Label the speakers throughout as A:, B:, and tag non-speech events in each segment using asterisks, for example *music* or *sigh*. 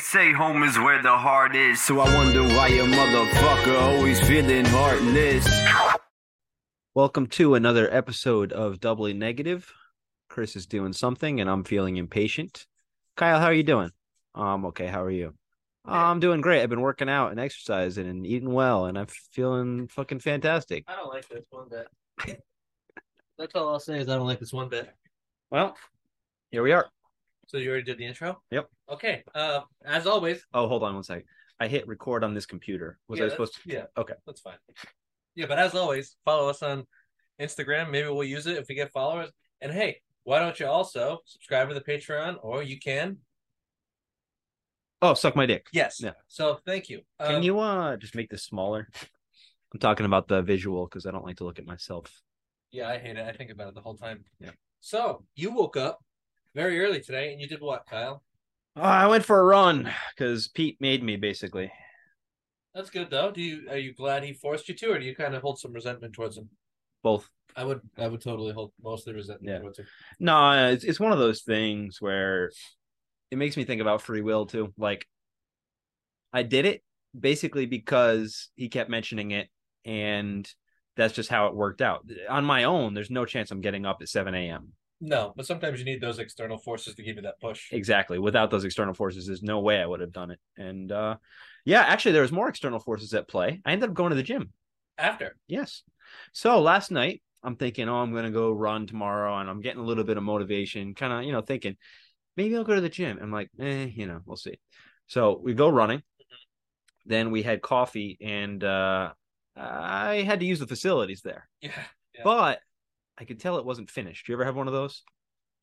A: say home is where the heart is, so I wonder why a motherfucker always feeling heartless.
B: Welcome to another episode of Doubly Negative. Chris is doing something and I'm feeling impatient. Kyle, how are you doing? Um, okay, how are you? "Oh, I'm doing great. I've been working out and exercising and eating well and I'm feeling fucking fantastic.
C: I don't like this one bit. *laughs* That's all I'll say is I don't like this one bit.
B: Well, here we are.
C: So you already did the intro.
B: Yep.
C: Okay. Uh, as always.
B: Oh, hold on one second. I hit record on this computer. Was
C: yeah,
B: I supposed to?
C: that's- Yeah.
B: Okay.
C: That's fine. Yeah, but as always, follow us on Instagram. Maybe we'll use it if we get followers. And hey, why don't you also subscribe to the Patreon, or you can?
B: Oh, suck my dick.
C: Yes.
B: Yeah.
C: So thank you.
B: Can
C: Um,
B: you uh just make this smaller? I'm talking about the visual because I don't like to look at myself.
C: Yeah, I hate it. I think about it the whole time.
B: Yeah.
C: So you woke up very early today, and you did what, Kyle?
B: Uh, I went for a run because Pete made me basically.
C: That's good though. Do you are you glad he forced you to, or do you kind of hold some resentment towards him?
B: Both.
C: I would I would totally hold mostly resentment
B: Yeah.
C: towards him.
B: No, it's it's one of those things where it makes me think about free will too. Like I did it basically because he kept mentioning it, and that's just how it worked out. On my own, there's no chance I'm getting up at 7 a.m.
C: No, but sometimes you need those external forces to give you that push.
B: Exactly. Without those external forces, there's no way I would have done it. And uh yeah, actually there was more external forces at play. I ended up going to the gym.
C: After.
B: Yes. So last night, I'm thinking, oh, I'm going to go run tomorrow, and I'm getting a little bit of motivation, kind of, you know, thinking maybe I'll go to the gym. I'm like, eh, you know, we'll see. So we go running. Then we had coffee, and uh, I had to use the facilities there,
C: Yeah. Yeah.
B: but I could tell it wasn't finished. You ever have one of those?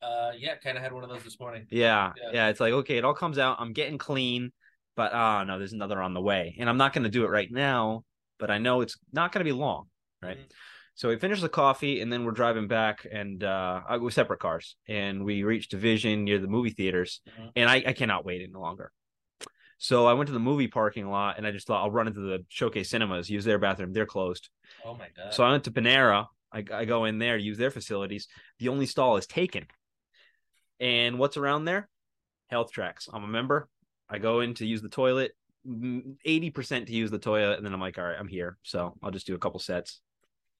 C: Uh yeah, kinda had one of those this morning.
B: Yeah,
C: Yeah.
B: yeah. it's like okay, it all comes out. I'm getting clean, but ah, no, there's another on the way, and I'm not going to do it right now. But I know it's not going to be long, right?
C: Mhm.
B: So we finish the coffee, and then we're driving back, and uh, I was separate cars, and we reached Division near the movie theaters,
C: Mhm.
B: and I, I cannot wait any longer. So I went to the movie parking lot, and I just thought I'll run into the Showcase Cinemas, use their bathroom. They're closed,
C: Oh my god.
B: so I went to Panera. I, I go in there, use their facilities. The only stall is taken. And what's around there? Health tracks. I'm a member. I go in to use the toilet, mm, 80% to use the toilet. And then I'm like, all right, I'm here. So I'll just do a couple sets.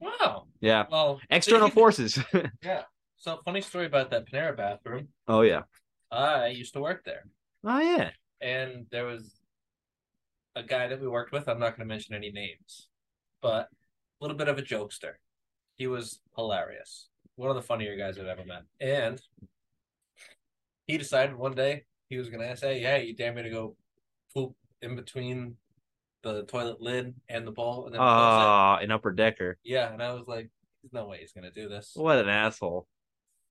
C: wow.
B: Yeah.
C: Well *laughs*
B: External
C: force.
B: forces. *laughs*
C: So funny story about that Panera bathroom.
B: oh, yeah.
C: I used to work there.
B: Oh, yeah.
C: And there was a guy that we worked with, I'm not gonna mention any names, but a little bit of a jokester. He was hilarious. One of the funnier guys I've ever met. And he decided one day he was gonna say, Yeah, you dare me to go poop in between the toilet lid and the bowl and then close
B: Ah, an upper decker.
C: it. Yeah, and I was like, There's no way he's gonna do this.
B: What an asshole.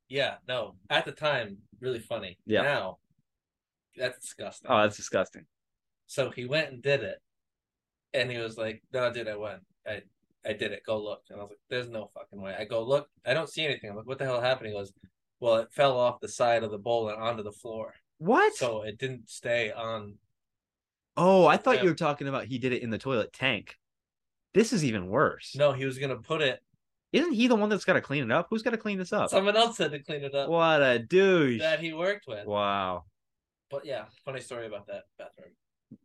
C: yeah, no. At the time, really funny.
B: Yeah.
C: Now that's disgusting.
B: Oh, that's disgusting.
C: So he went and did it, and he was like, "No, dude, I went. I I did it. Go look." And I was like, "There's no fucking way." I go look. I don't see anything. I'm like, "What the hell happened?" He goes, "Well, it fell off the side of the bowl and onto the floor,
B: What?
C: so it didn't stay on."
B: oh, I thought
C: Yeah.
B: you were talking about he did it in the toilet tank. This is even worse.
C: No, he was gonna put it.
B: Isn't he the one that's got to clean it up? Who's got to clean this up?
C: Someone else had to clean it up
B: What a douche.
C: that he worked with.
B: Wow.
C: But yeah, funny story about that bathroom.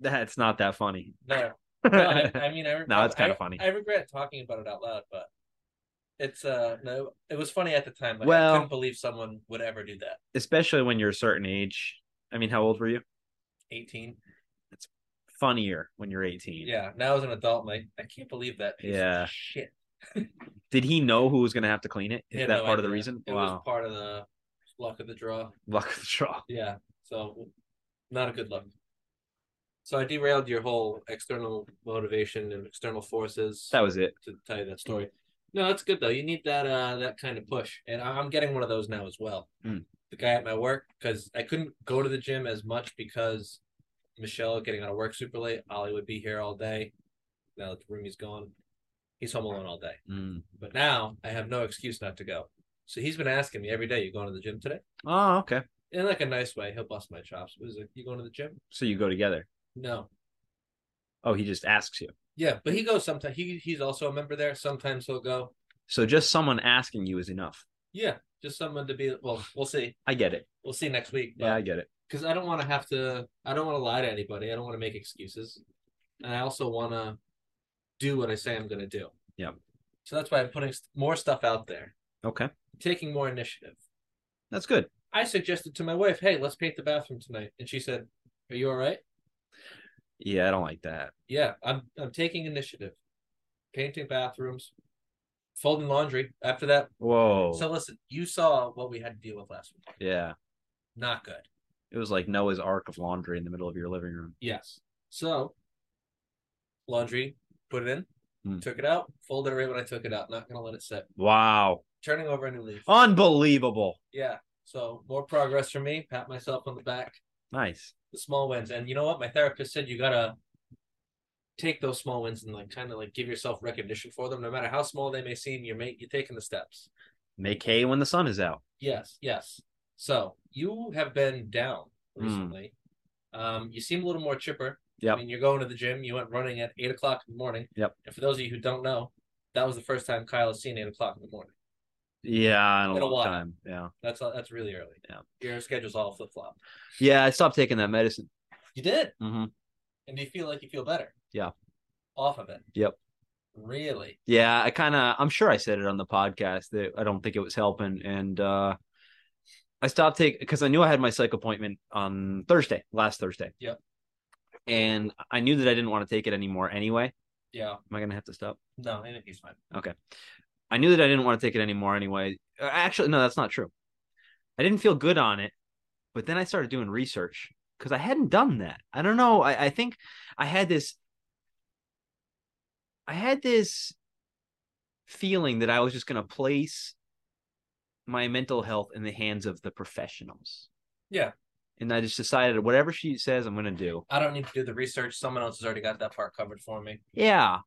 B: That's not that funny. *laughs*
C: No, no, I, I mean, I regret,
B: No, it's kinda
C: I-
B: funny.
C: I regret talking about it out loud, but it's uh no, it was funny at the time. Like, I
B: Well-
C: couldn't believe someone would ever do that.
B: Especially when you're a certain age. I mean, how old were you?
C: 18.
B: Funnier when you're 18.
C: Yeah, now as an adult, I'm like I can't believe that piece
B: Yeah.
C: of shit.
B: Did he know who was going to have to clean it? Is
C: Had
B: that
C: no
B: part of the
C: idea.
B: reason?
C: It was
B: wow. *laughs*
C: part of the luck of the draw.
B: Luck of the draw.
C: Yeah, so not a good look. So I derailed your whole external motivation and external forces
B: That was it.
C: to tell you that story. No, that's good though. You need that uh that kind of push, and I- I'm getting one of those now as well.
B: Hmm.
C: The guy at my work because I couldn't go to the gym as much because Michelle getting out of work super late. Ollie would be here all day. Now that the roomie's gone, he's home alone all day.
B: Mm.
C: But now I have no excuse not to go. So he's been asking me every day, "You going to the gym today?"
B: Oh, okay.
C: In like a nice way, he'll bust my chops. But he's like, "You going to the gym?"
B: So you go together.
C: No.
B: Oh, he just asks you.
C: Yeah, but he goes sometimes. He he's also a member there. Sometimes he'll go.
B: So just someone asking you is enough.
C: Yeah, just someone to be. Well, we'll see.
B: I get it.
C: We'll see next week.
B: Yeah, I
C: But
B: get it.
C: because I don't want to have to. I don't want to lie to anybody. I don't want to make excuses, and I also want to do what I say I'm going to do.
B: Yep.
C: So that's why I'm putting st- more stuff out there,
B: Okay.
C: taking more initiative.
B: That's good.
C: I suggested to my wife, "Hey, let's paint the bathroom tonight," and she said, "Are you all right?"
B: Yeah, I don't like that.
C: Yeah, I'm. I'm taking initiative, painting bathrooms, folding laundry. After that,
B: Whoa.
C: so listen, you saw what we had to deal with last week.
B: yeah.
C: Not good.
B: It was like Noah's Ark of laundry in the middle of your living room.
C: Yes. So, laundry, put it in,
B: Hmm.
C: took it out, folded it right when I took it out. Not gonna let it sit.
B: Wow.
C: Turning over a new leaf.
B: Unbelievable.
C: Yeah. So more progress for me. Pat myself on the back.
B: Nice.
C: The small wins, and you know what? My therapist said you gotta take those small wins and like kind of like give yourself recognition for them, no matter how small they may seem. You're make you're taking the steps.
B: Make hay when the sun is out.
C: Yes. Yes. So you have been down
B: Hmm.
C: recently. Um, you seem a little more chipper. I
B: Yep.
C: mean, you're going to the gym. You went running at eight o'clock in the morning.
B: Yep.
C: And for those of you who don't know, that was the first time Kyle has seen eight o'clock in the morning.
B: Yeah, in a
C: Been a
B: long
C: while.
B: time. Yeah.
C: That's uh, that's really early.
B: Yeah.
C: Your schedule's all flip flop.
B: Yeah, I stopped taking that medicine.
C: You did,
B: hmm
C: and do you feel like you feel better?
B: Yeah.
C: Off of it.
B: Yep.
C: Really?
B: Yeah, I kind of, I'm sure I said it on the podcast that I don't think it was helping. And uh I stopped taking, because I knew I had my psych appointment on Thursday, last Thursday.
C: Yep.
B: And I knew that I didn't want to take it anymore anyway.
C: Yeah.
B: Am I going to have to stop?
C: No, I think he's fine.
B: I knew that I didn't want to take it anymore anyway. Uh, Actually, no, that's not true. I didn't feel good on it, but then I started doing research because I hadn't done that. I don't know. I, I think I had this I had this feeling that I was just gonna place my mental health in the hands of the professionals.
C: Yeah.
B: And I just decided whatever she says I'm gonna do.
C: I don't need to do the research. Someone else has already got that part covered for me.
B: Yeah.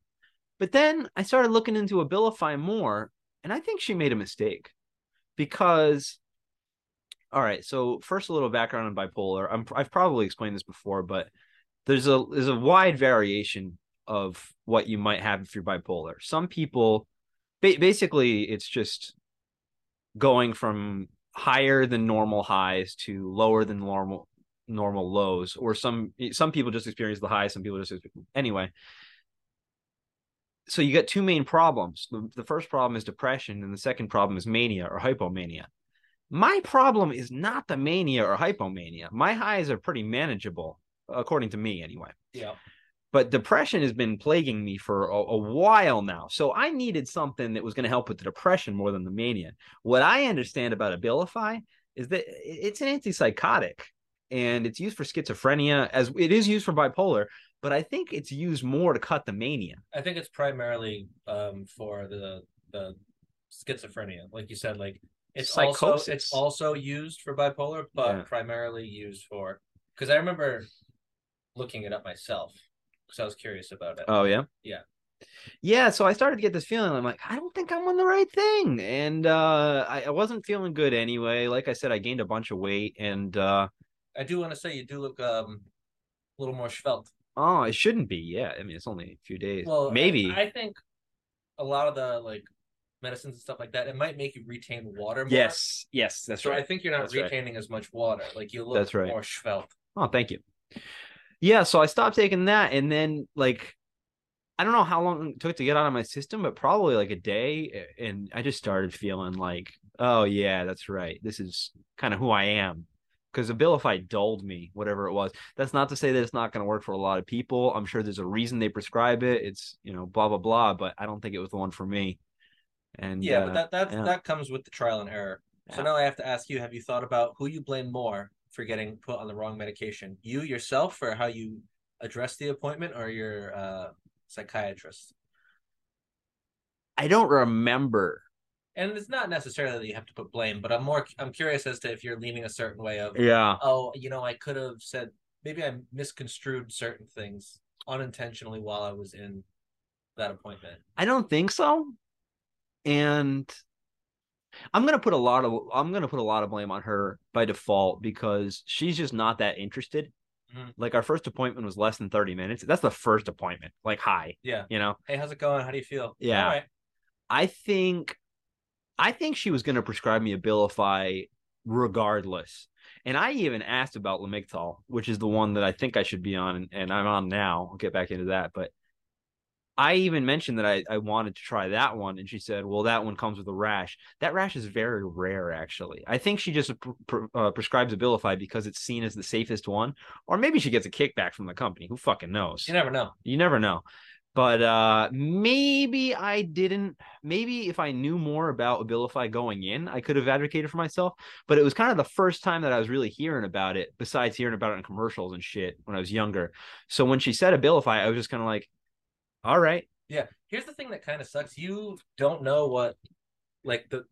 B: But then I started looking into Abilify more, and I think she made a mistake because, all right. So first, a little background on bipolar. I'm, I've probably explained this before, but there's a there's a wide variation of what you might have if you're bipolar. Some people, ba- basically, it's just going from higher than normal highs to lower than normal normal lows, or some some people just experience the highs, some people just experience, anyway so you got two main problems. The, the first problem is depression, and the second problem is mania or hypomania. My problem is not the mania or hypomania. My highs are pretty manageable, according to me, anyway.
C: Yeah.
B: But depression has been plaguing me for a, a while now. So I needed something that was going to help with the depression more than the mania. What I understand about Abilify is that i- it's an antipsychotic and it's used for schizophrenia, as it is used for bipolar, but I think it's used more to cut the mania.
C: I think it's primarily um for the the schizophrenia, like you said, like it's also
B: Psychosis.
C: it's also used for bipolar, but
B: Yeah.
C: primarily used for because I remember looking it up myself because I was curious about it.
B: Oh yeah.
C: Yeah.
B: Yeah. So I started to get this feeling. I'm like, I don't think I'm on the right thing. And uh I, I wasn't feeling good anyway. Like I said, I gained a bunch of weight and uh
C: I do want to say you do look um a little more svelte.
B: oh it shouldn't be. Yeah. I mean it's only a few days.
C: Well, I-
B: Maybe.
C: I, think a lot of the like medicines and stuff like that it might make you retain water. More.
B: yes. Yes, that's
C: so
B: right.
C: I think you're not
B: That's right.
C: retaining as much water. Like you look
B: That's right.
C: more svelte.
B: Oh, thank you. Yeah, so I stopped taking that and then like I don't know how long it took to get out of my system, but probably like a day a- and I just started feeling like, oh yeah, that's right. This is kind of who I am. Cuz Abilify dulled me, whatever it was. That's not to say that it's not going to work for a lot of people. I'm sure there's a reason they prescribe it. It's, you know, blah blah blah, but I don't think it was the one for me. And
C: Yeah,
B: uh,
C: but that that
B: yeah.
C: that comes with the trial and error. So
B: Yeah.
C: now I have to ask you: Have you thought about who you blame more for getting put on the wrong medication? You yourself, for how you address the appointment, or your uh, psychiatrist?
B: I don't remember.
C: And it's not necessarily that you have to put blame, but I'm more I'm curious as to if you're leaning a certain way of
B: Yeah.
C: oh, you know, I could have said maybe I misconstrued certain things unintentionally while I was in that appointment.
B: I don't think so. And I'm gonna put a lot of I'm gonna put a lot of blame on her by default because she's just not that interested.
C: Mhm.
B: Like our first appointment was less than 30 minutes. That's the first appointment. Like hi,
C: Yeah.
B: you know.
C: Hey, how's it going? How do you feel?
B: Yeah.
C: All right.
B: I think I think she was gonna prescribe me Abilify regardless. And I even asked about Lamictal, which is the one that I think I should be on, and, and I'm on now. I'll get back into that. But I even mentioned that I, I wanted to try that one, and she said, "Well, that one comes with a rash. That rash is very rare, actually. I think she just pr- pr- uh, prescribes Abilify because it's seen as the safest one, or maybe she gets a kickback from the company. Who fucking knows?
C: You never know.
B: you never know but uh maybe i didn't maybe if i knew more about abilify going in i could have advocated for myself but it was kind of the first time that i was really hearing about it besides hearing about it in commercials and shit when i was younger so when she said abilify i was just kind of like all right
C: Yeah. Here's the thing that kind of sucks. You don't know what like the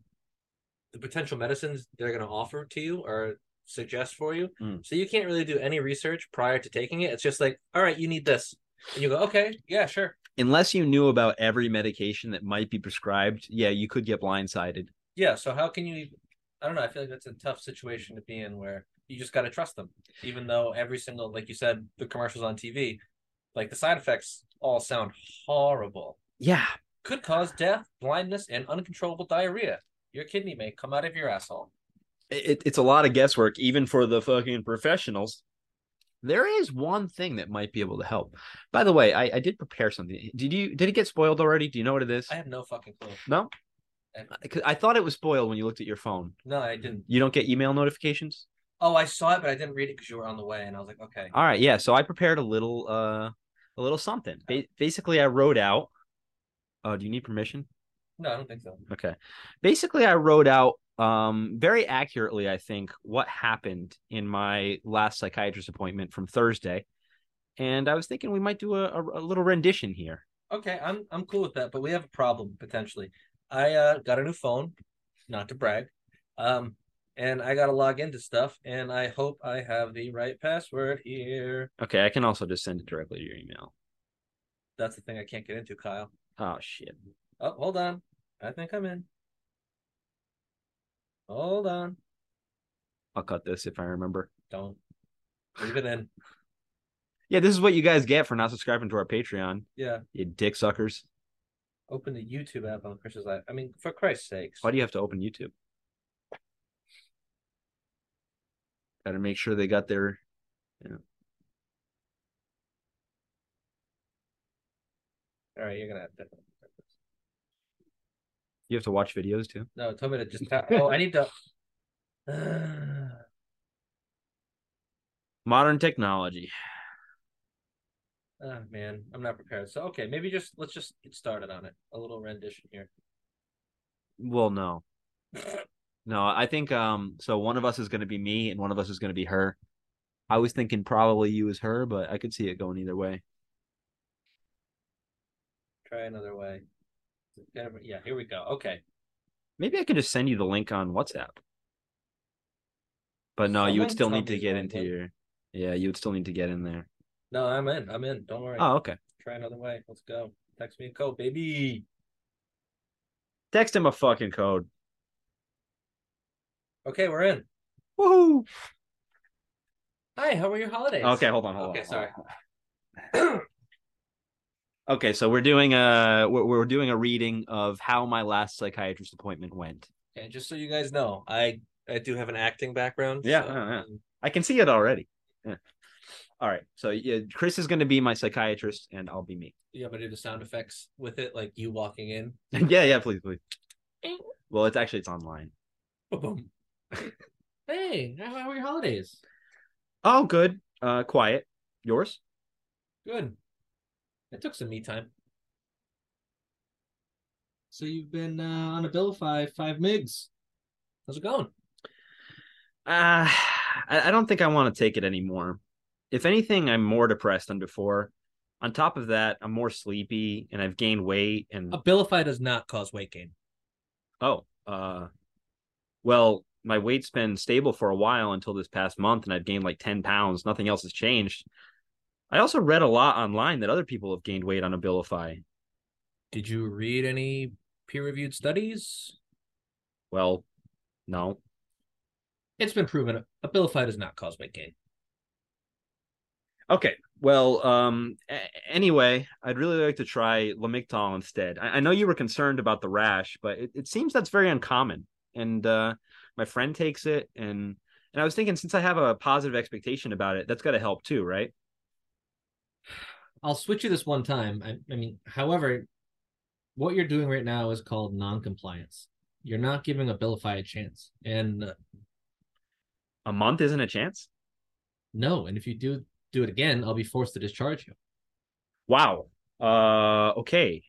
C: the potential medicines they're gonna offer to you or suggest for you.
B: Mm.
C: So you can't really do any research prior to taking it. It's just like, all right, you need this. And you go, okay, yeah, sure.
B: unless you knew about every medication that might be prescribed yeah you could get blindsided
C: Yeah. So how can you I don't know, I feel like that's a tough situation to be in where you just gotta trust them. Even though every single like you said, the commercials on TV, like the side effects all sound horrible.
B: yeah
C: Could cause death, blindness, and uncontrollable diarrhea. Your kidney may come out of your asshole.
B: it, it's a lot of guesswork, even for the fucking professionals. There is one thing that might be able to help. By the way, I, I did prepare something. Did you? Did it get spoiled already? Do you know what it is?
C: I have no fucking clue.
B: no.
C: I-
B: 'Cause I thought it was spoiled when you looked at your phone.
C: No, I didn't.
B: You don't get email notifications.
C: Oh, I saw it, but I didn't read it because you were on the way, and I was like, okay.
B: All right, yeah. So I prepared a little, uh, a little something. Ba- basically, I wrote out. Oh, do you need permission?
C: No, I don't think so.
B: Okay. Basically, I wrote out um, very accurately, I think, what happened in my last psychiatrist appointment from Thursday. And I was thinking we might do a, a, a little rendition here.
C: Okay, I'm I'm cool with that, but we have a problem potentially. I uh, got a new phone, not to brag, um, and I got to log into stuff, and I hope I have the right password here.
B: Okay. I can also just send it directly to your email.
C: That's the thing I can't get into, Kyle.
B: Oh, shit.
C: Oh, hold on. I think I'm in. Hold on.
B: I'll cut this if I remember.
C: Don't leave it in.
B: Yeah. This is what you guys get for not subscribing to our Patreon,
C: Yeah,
B: you dick suckers.
C: open the YouTube app on Chris's life. I mean, for Christ's sakes.
B: Why do you have to open YouTube? Got to make sure they got their.
C: All right, you're
B: *laughs*
C: gonna have to.
B: You have to watch videos too.
C: No, it told me to just tap. Oh, I need to. *sighs* Uh,
B: Modern technology.
C: oh man, I'm not prepared. So okay, maybe just let's just get started on it. A little rendition here.
B: Well, no. No, I think um so one of us is going to be me and one of us is going to be her. I was thinking probably you as her, but I could see it going either way.
C: Try another way. Yeah, here we go. Okay.
B: Maybe I could just send you the link on WhatsApp. But no, you would
C: Someone
B: still
C: tell
B: need to
C: me
B: get
C: about
B: into
C: that.
B: your Yeah, you would still need to get in there.
C: No, I'm in. I'm in. Don't worry.
B: Oh, okay.
C: Try another way. Let's go. Text me a code, baby.
B: Text him a fucking code.
C: Okay, we're in.
B: Woohoo.
C: Hi, how were your holidays?
B: Okay, hold on, hold on.
C: Okay,
B: hold on.
C: sorry.
B: *clears throat* Okay, so we're doing a we're, we're doing a reading of how my last psychiatrist appointment went.
C: Okay, just so you guys know, I I do have an acting background.
B: Yeah,
C: so,
B: yeah, yeah.
C: um,
B: I can see it already. Yeah. All right. So yeah, Chris is going to be my psychiatrist, and I'll be me. *laughs*
C: You want me to do the sound effects with it, like you walking in?
B: yeah, yeah. Please, please.
C: Bing.
B: Well, it's actually it's online.
C: Boom. hey, how how were your holidays?
B: Oh, good. Uh, quiet. Yours?
C: Good. I took some me time. So you've been uh, on Abilify five migs. How's it going?
B: Uh, I, I don't think I want to take it anymore. If anything, I'm more depressed than before. On top of that, I'm more sleepy, and I've gained weight. And
C: Abilify does not cause weight gain.
B: oh, uh, well, my weight's been stable for a while until this past month, and I've gained like ten pounds. Nothing else has changed. I also read a lot online that other people have gained weight on Abilify.
C: Did you read any peer-reviewed studies?
B: Well, no.
C: It's been proven Abilify does not cause weight gain.
B: Okay. Well, um, a- anyway, I'd really like to try Lamictal instead. I, I know you were concerned about the rash, but it, it seems that's very uncommon. And uh, my friend takes it, and And I was thinking, since I have a positive expectation about it, that's got to help too, right?
C: I'll switch you this one time. I, I mean, however, what you're doing right now is called non-compliance. You're not giving Abilify a chance, and uh,
B: A month isn't a chance.
C: no, and if you do do it again, I'll be forced to discharge you.
B: Wow. Uh, okay.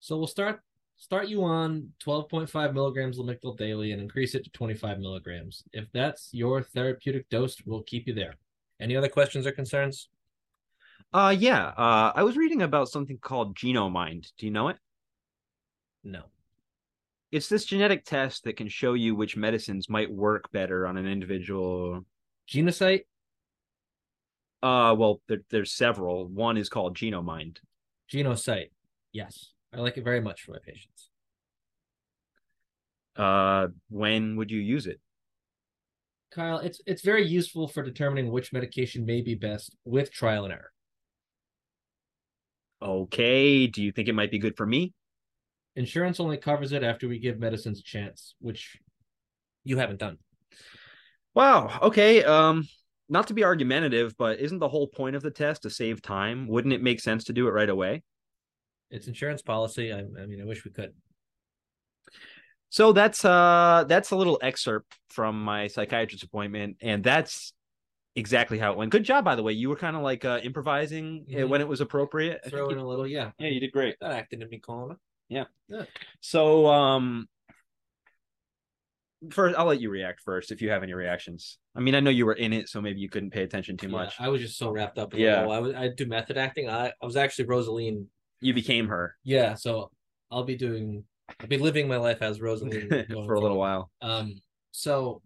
C: So we'll start start you on 12.5 milligrams Lamictal daily and increase it to 25 milligrams. If that's your therapeutic dose, we'll keep you there.
D: Any other questions or concerns?
B: Uh, yeah. Uh, I was reading about something called Genomind. Do you know it?
C: No.
B: It's this genetic test that can show you which medicines might work better on an individual.
C: Genocyte?
B: Uh, well, there, there's several. One is called Genomind.
C: Genocyte. Yes. I like it very much for my patients.
B: Uh, when would you use it?
C: Kyle, it's it's very useful for determining which medication may be best with trial and error.
B: Okay. Do you think it might be good for me?
C: Insurance only covers it after we give medicines a chance, which you haven't done.
B: Wow. Okay. Um, not to be argumentative, but isn't the whole point of the test to save time? Wouldn't it make sense to do it right away?
C: It's insurance policy. I, I mean, I wish we could.
B: So that's uh that's a little excerpt from my psychiatrist appointment, and that's exactly how it went. Good job, by the way. You were kind of like uh, improvising uh,
C: Mhm.
B: when it was appropriate. I
C: Throw
B: think
C: in a little, yeah.
B: you- yeah, you did great.
C: That acted in me, Colin.
B: So um, first I'll let you react first if you have any reactions. I mean, I know you were in it, so maybe you couldn't pay attention too
C: Yeah,
B: much.
C: I was just so wrapped up. In
B: Yeah.
C: yeah, I was. I do method acting. I, I was actually Rosaline.
B: You became her
C: Yeah, so I'll be doing. I'll be living my life as Rosaline
B: *laughs* for
C: going
B: a little
C: forward.
B: while.
C: Um, so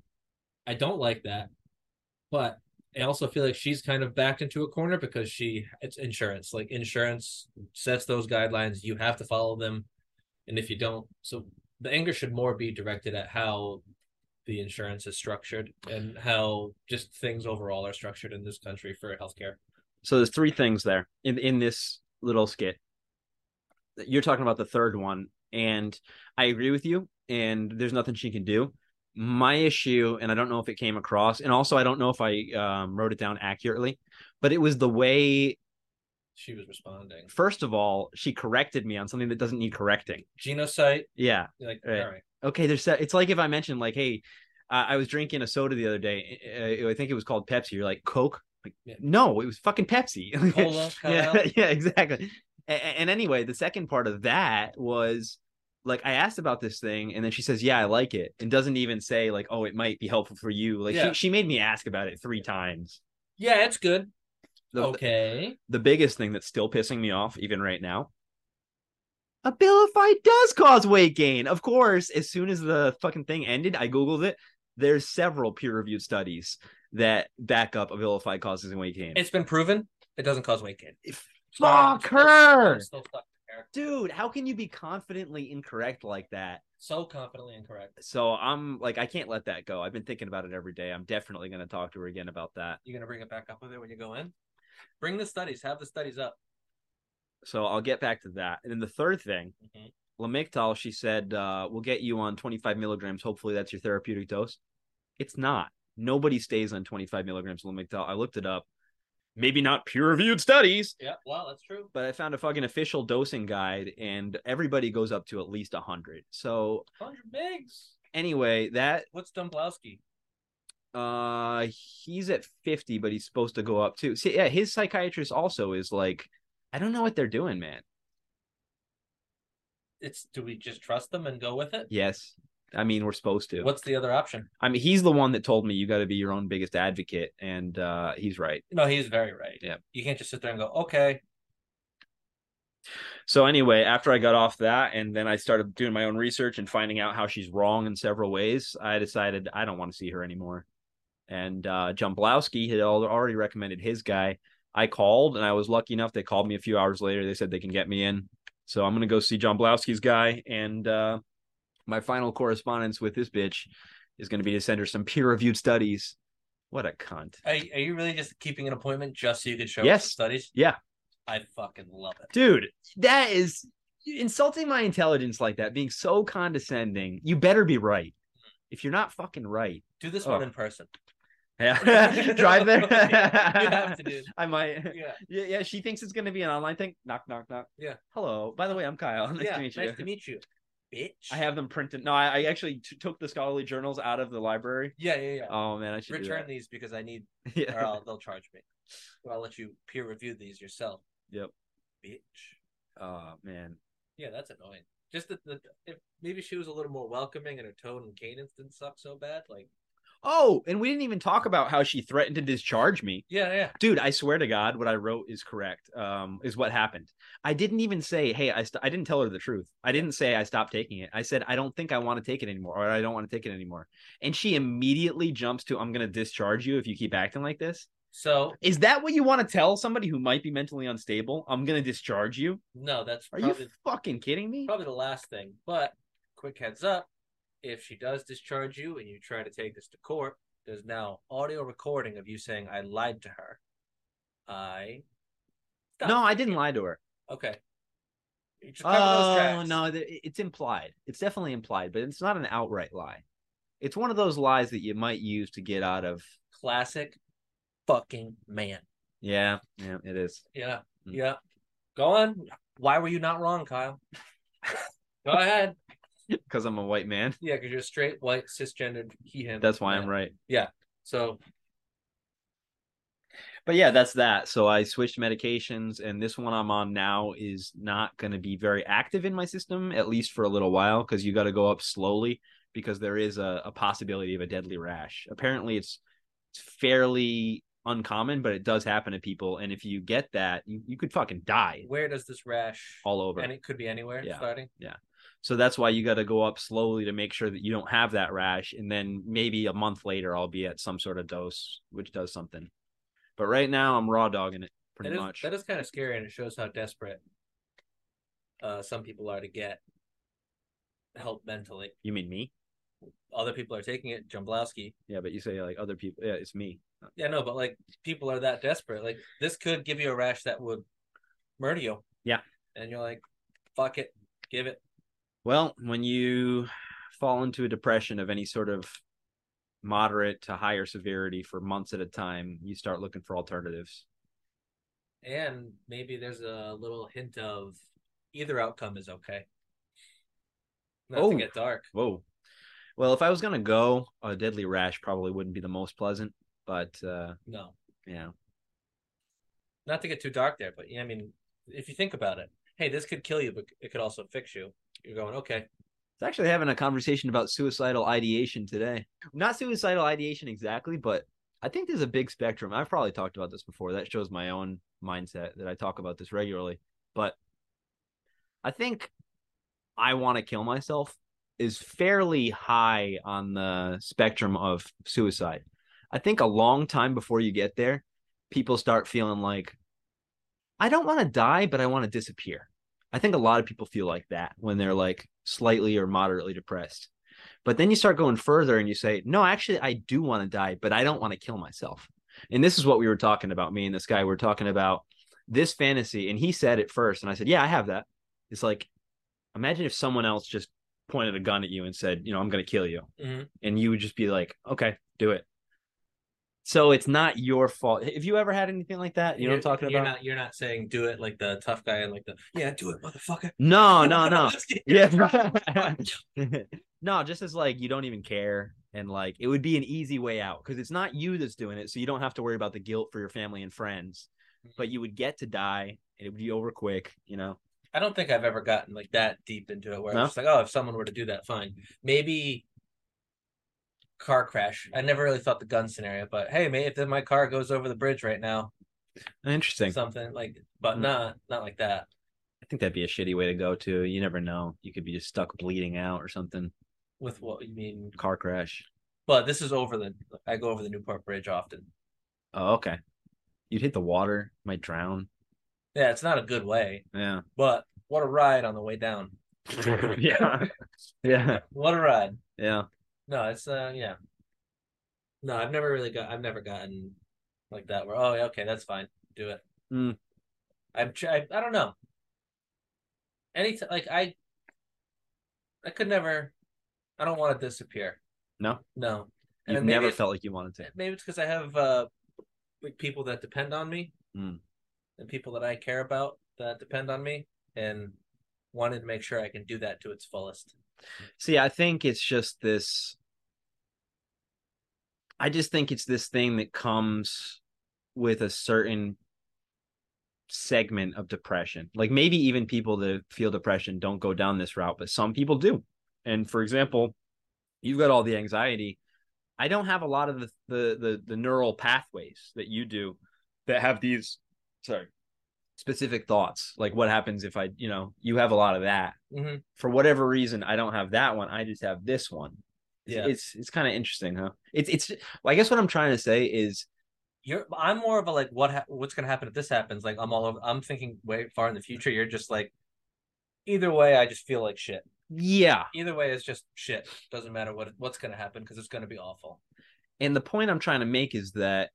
C: I don't like that, but I also feel like she's kind of backed into a corner because she it's insurance. Like insurance sets those guidelines. You have to follow them, and if you don't, so the anger should more be directed at how the insurance is structured and how just things overall are structured in this country for healthcare.
B: so there's three things there in in this little skit you're talking about the third one and i agree with you and there's nothing she can do my issue and i don't know if it came across and also i don't know if i um, wrote it down accurately but it was the way
C: She was responding.
B: first of all she corrected me on something that doesn't need correcting
C: Genocyte,
B: yeah
C: like
B: Right.
C: all right.
B: okay there's se- it's like if i mentioned like hey uh, i was drinking a soda the other day uh, i think it was called pepsi you're like coke like,
C: Yeah.
B: no it was fucking pepsi *laughs*
C: Cola,
B: yeah,
C: Kyle.
B: yeah exactly A- a- and anyway the second part of that was like i asked about this thing and then she says yeah i like it and doesn't even say like oh it might be helpful for you like
C: Yeah.
B: she, she made me ask about it three times
C: Yeah, it's good.
B: The-
C: okay.
B: the biggest thing that's still pissing me off even right now abilify does cause weight gain of course as soon as the fucking thing ended i googled it there's several peer-reviewed studies that back up abilify causes weight gain
D: It's been proven it doesn't cause weight gain.
B: fuck her
D: I'm still stuck there.
B: dude how can you be confidently incorrect like that
C: So confidently incorrect.
B: so i'm like i can't let that go i've been thinking about it every day i'm definitely going to talk to her again about that
C: You're gonna bring it back up with it when you go in. Bring the studies. Have the studies up.
B: so i'll get back to that and then the third thing
C: Mhm.
B: Lamictal, she said, uh, we'll get you on 25 milligrams. Hopefully that's your therapeutic dose. It's not. Nobody stays on 25 milligrams of Lamictal. I looked it up. Maybe not peer reviewed studies,
C: Yeah. Well, that's true.
B: but I found a fucking official dosing guide and everybody goes up to at least 100. So,
C: Hundred megs.
B: anyway, that
C: What's Domblowski?
B: uh he's at 50 but he's supposed to go up too. See, yeah, his psychiatrist also is like I don't know what they're doing, man.
D: It's do we just trust them and go with it?
B: Yes. I mean, we're supposed to.
D: What's the other option?
B: I mean, he's the one that told me you got to be your own biggest advocate, and uh, he's right.
D: No, he's very right.
B: Yeah.
D: You can't just sit there and go, okay.
B: So anyway, after I got off that, and then I started doing my own research and finding out how she's wrong in several ways, I decided I don't want to see her anymore. And uh, John Blowski had al- already recommended his guy. I called, and I was lucky enough. They called me a few hours later. They said they can get me in, so I'm gonna go see John Blowski's guy. And uh, my final correspondence with this bitch is gonna be to send her some peer-reviewed studies. What a cunt!
D: Are, are you really just keeping an appointment just so you could show us the
B: Yes.
D: studies?
B: Yeah.
D: I fucking love it.
B: dude that is insulting my intelligence like that being so condescending you better be right If you're not fucking right,
C: Do this
B: Oh.
C: one in person.
B: yeah, *laughs* drive there.
C: *laughs* You have to do.
B: *laughs* I might.
C: Yeah.
B: Yeah, yeah. She thinks it's gonna be an online thing. Knock, knock, knock.
C: Yeah.
B: Hello. By the way, I'm Kyle. *laughs* Nice
C: yeah.
B: to meet you.
C: nice to meet you, bitch.
B: I have them printed. No, I, I actually t- took the scholarly journals out of the library.
C: Yeah, yeah, yeah.
B: Oh man, I should
C: Return
B: return.
C: these because I need,
B: The- *laughs* yeah.
C: or I'll, they'll charge me. Or I'll let you peer review these yourself,
B: Yep.
C: bitch.
B: Oh man.
C: Yeah, that's annoying. Just that the, if maybe she was a little more welcoming and her tone and cadence didn't suck so bad. Like,
B: Oh, and we didn't even talk about how she threatened to discharge me.
C: yeah, yeah.
B: Dude, I swear to God, what I wrote is correct. Um, is what happened. I didn't even say, "Hey, I." St-, I didn't tell her the truth. I didn't say I stopped taking it. I said I don't think I want to take it anymore, or I don't want to take it anymore. And she immediately jumps to, "I'm going to discharge you if you keep acting like this."
C: So
B: Is that what you want to tell somebody who might be mentally unstable? I'm going to discharge you.
C: no, that's
B: Are
C: probably
B: you fucking kidding me?
C: probably the last thing. But quick heads up, if she does discharge you and you try to take this to court, there's now audio recording of you saying I lied to her. I
B: No, I didn't lie to her.
C: okay. You just cover those
B: Oh
C: tracks.
B: no, th- it's implied. It's definitely implied, but it's not an outright lie. It's one of those lies that you might use to get out of.
C: Classic fucking man.
B: Yeah, yeah, it is.
C: Yeah.
B: Mm.
C: Yeah. Go on. Why were you not wrong, Kyle?
B: *laughs*
C: Go ahead.
B: Because I'm a white man.
C: Yeah, because you're straight, white, cisgendered, he him.
B: That's why I'm
C: man.
B: right.
C: So
B: But yeah, that's that. So I switched medications, and this one I'm on now is not going to be very active in my system, at least for a little while, because you got to go up slowly because there is a, a possibility of a deadly rash. Apparently, it's, it's fairly uncommon, but it does happen to people. And if you get that, you, you could fucking die
C: where does this rash
B: all over.
C: and it could be anywhere
B: Yeah.
C: starting?
B: So that's why you got to go up slowly to make sure that you don't have that rash. And then maybe a month later, I'll be at some sort of dose, which does something. But right now, I'm raw dogging it pretty
C: That is-
B: much.
C: That is kind of scary, and it shows how desperate uh, some people are to get help mentally.
B: You mean me?
C: Other people are taking it. Jumblowski.
B: Yeah, but you say like other people. Yeah, it's me.
C: Yeah, no, but like people are that desperate. Like this could give you a rash that would murder you.
B: Yeah.
C: And you're like, fuck it, give it.
B: Well, when you fall into a depression of any sort of moderate to higher severity for months at a time, you start looking for alternatives.
C: And maybe there's a little hint of either outcome is okay. Not
B: Oh.
C: to get dark.
B: Whoa. Well, if I was gonna go, a deadly rash probably wouldn't be the most pleasant. But uh,
C: No,
B: yeah,
C: not to get too dark there, but yeah, I mean, if you think about it, hey, this could kill you, but it could also fix you. You're going, okay,
B: I was actually having a conversation about suicidal ideation today. Not suicidal ideation exactly, but I think there's a big spectrum. I've probably talked about this before. That shows my own mindset that I talk about this regularly. But I think I want to kill myself is fairly high on the spectrum of suicide. I think a long time before you get there, people start feeling like, I don't want to die, but I want to disappear. I think a lot of people feel like that when they're like slightly or moderately depressed. But then you start going further and you say, no, actually, I do want to die, but I don't want to kill myself. And this is what we were talking about. Me and this guy were talking about this fantasy. And he said it first. And I said, yeah, I have that. It's like, imagine if someone else just pointed a gun at you and said, you know, I'm going to kill you.
C: Mhm.
B: And you would just be like, okay, do it. So it's not your fault. Have you ever had anything like that? You know what I'm
C: You're-
B: talking
C: you're
B: about?
C: Not, you're not saying do it like the tough guy and like the yeah, do it, motherfucker.
B: *laughs* No, no,
C: *laughs*
B: no.
C: Just kidding.
B: Yeah. *laughs* no, just as like you don't even care. And like it would be an easy way out because it's not you that's doing it. So you don't have to worry about the guilt for your family and friends. But you would get to die and it would be over quick, you know?
C: I don't think I've ever gotten like that deep into it where
B: No?
C: I'm just like, oh, if someone were to do that, fine. Maybe car crash. I never really thought the gun scenario, but hey, mate, if then my car goes over the bridge right now,
B: Interesting.
C: something like, but
B: Mm.
C: not not like that.
B: I think that'd be a shitty way to go to. You never know. You could be just stuck bleeding out or something.
C: With what you mean,
B: Car crash.
C: but this is over the. I go over the Newport Bridge often.
B: Oh, okay. You'd hit the water, might drown.
C: Yeah, it's not a good way,
B: Yeah.
C: but what a ride on the way down.
B: *laughs* yeah. *laughs* Yeah.
C: What a ride.
B: Yeah.
C: No, it's uh yeah. No, I've never really got I've never gotten like that where oh yeah, okay, that's fine. Do it.
B: Mm.
C: I'm tr- I, I don't know. Any t- like I I could never I don't want to disappear.
B: No?
C: No.
B: You've
C: And maybe
B: never
C: it's-
B: felt like you wanted to.
C: Maybe it's because I have uh, like people that depend on me
B: Mm.
C: and people that I care about that depend on me and wanted to make sure I can do that to its fullest.
B: See, I think it's just this. I just think it's this thing that comes with a certain segment of depression. Like maybe even people that feel depression don't go down this route, but some people do. And for example, you've got all the anxiety. I don't have a lot of the the the, the neural pathways that you do that have these sorry specific thoughts. Like what happens if I, you know, you have a lot of that
C: hmm
B: for whatever reason I don't have that one. I just have this one. It's-
C: Yeah.
B: It's it's kind of interesting, huh? It's it's well, I guess what I'm trying to say is
C: You're I'm more of a like what ha- what's going to happen if this happens? Like I'm all over I'm thinking way far in the future. You're just like either way I just feel like shit.
B: yeah.
C: Either way it's just shit. Doesn't matter what what's going to happen because it's going to be awful.
B: And the point I'm trying to make is that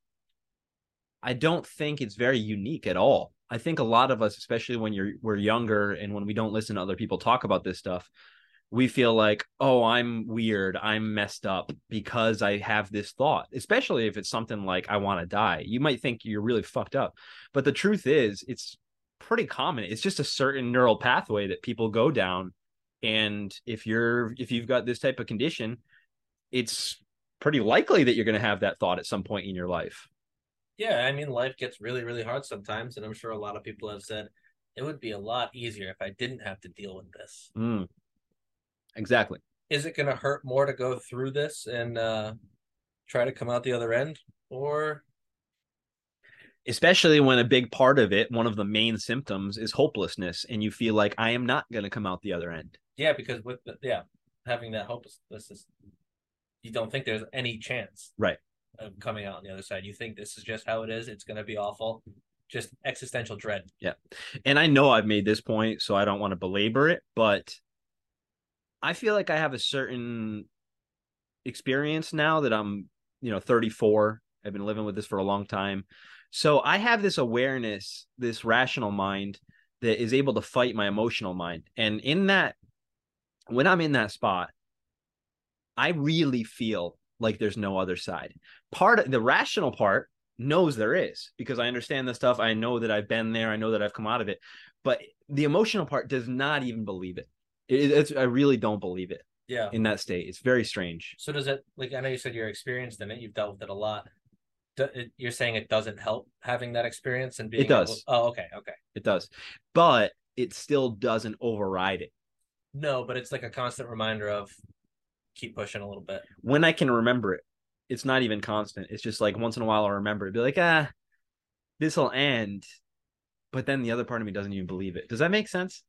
B: I don't think it's very unique at all. I think a lot of us, especially when you're we're younger and when we don't listen to other people talk about this stuff, we feel like, oh, I'm weird, I'm messed up because I have this thought. Especially if it's something like I want to die. You might think you're really fucked up. But the truth is it's pretty common. It's just a certain neural pathway that people go down. And if you're if you've got this type of condition, it's pretty likely that you're going to have that thought at some point in your life.
C: Yeah, I mean life gets really really hard sometimes and I'm sure a lot of people have said it would be a lot easier if I didn't have to deal with this.
B: Mm. Exactly.
C: is it going to hurt more to go through this and uh, try to come out the other end or
B: Especially when a big part of it, one of the main symptoms is hopelessness, and you feel like I am not going to come out the other end.
C: yeah because with the, yeah having that hopelessness is, you don't think there's any chance
B: Right.
C: of coming out on the other side you think this is just how it is it's going to be awful just existential dread
B: And I know I've made this point, so I don't want to belabor it, but I feel like I have a certain experience now that I'm, you know, 34. I've been living with this for a long time. So I have this awareness, this rational mind that is able to fight my emotional mind. And in that, when I'm in that spot, I really feel like there's no other side. Part of the rational part knows there is because I understand this stuff. I know that I've been there. I know that I've come out of it. But the emotional part does not even believe it. It- it's, I really don't believe it
C: yeah
B: in that state. It's very strange.
C: so does it like i know you said you're experienced in it you've dealt with it a lot Do- it- you're saying it doesn't help having that experience and being able-
B: does.
C: oh okay okay
B: It does, but it still doesn't override it.
C: no but it's like a constant reminder of keep pushing a little bit
B: When I can remember it, it's not even constant. It's just like once in a while I remember it, be like, ah, this will end. But then the other part of me doesn't even believe it. Does that make sense?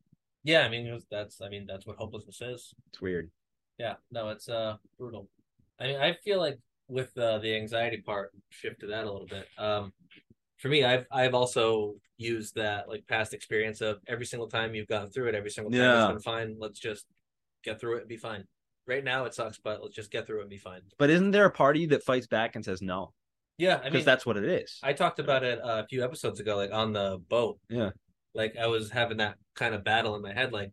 C: Yeah, I mean it was, that's I mean that's what hopelessness is.
B: It's weird.
C: Yeah, no, it's uh brutal. I mean, I feel like with uh, the anxiety part, shift to that a little bit. Um, for me, I've I've also used that like past experience of every single time you've gone through it, every single time
B: Yeah.
C: it's been fine. Let's just get through it and be fine. Right now it sucks, but let's just get through it and be fine.
B: But isn't there a party that fights back and says no?
C: Yeah, I
B: Because
C: mean
B: that's what it is.
C: I talked about it uh, a few episodes ago, like on the boat.
B: Yeah.
C: Like I was having that kind of battle in my head, like,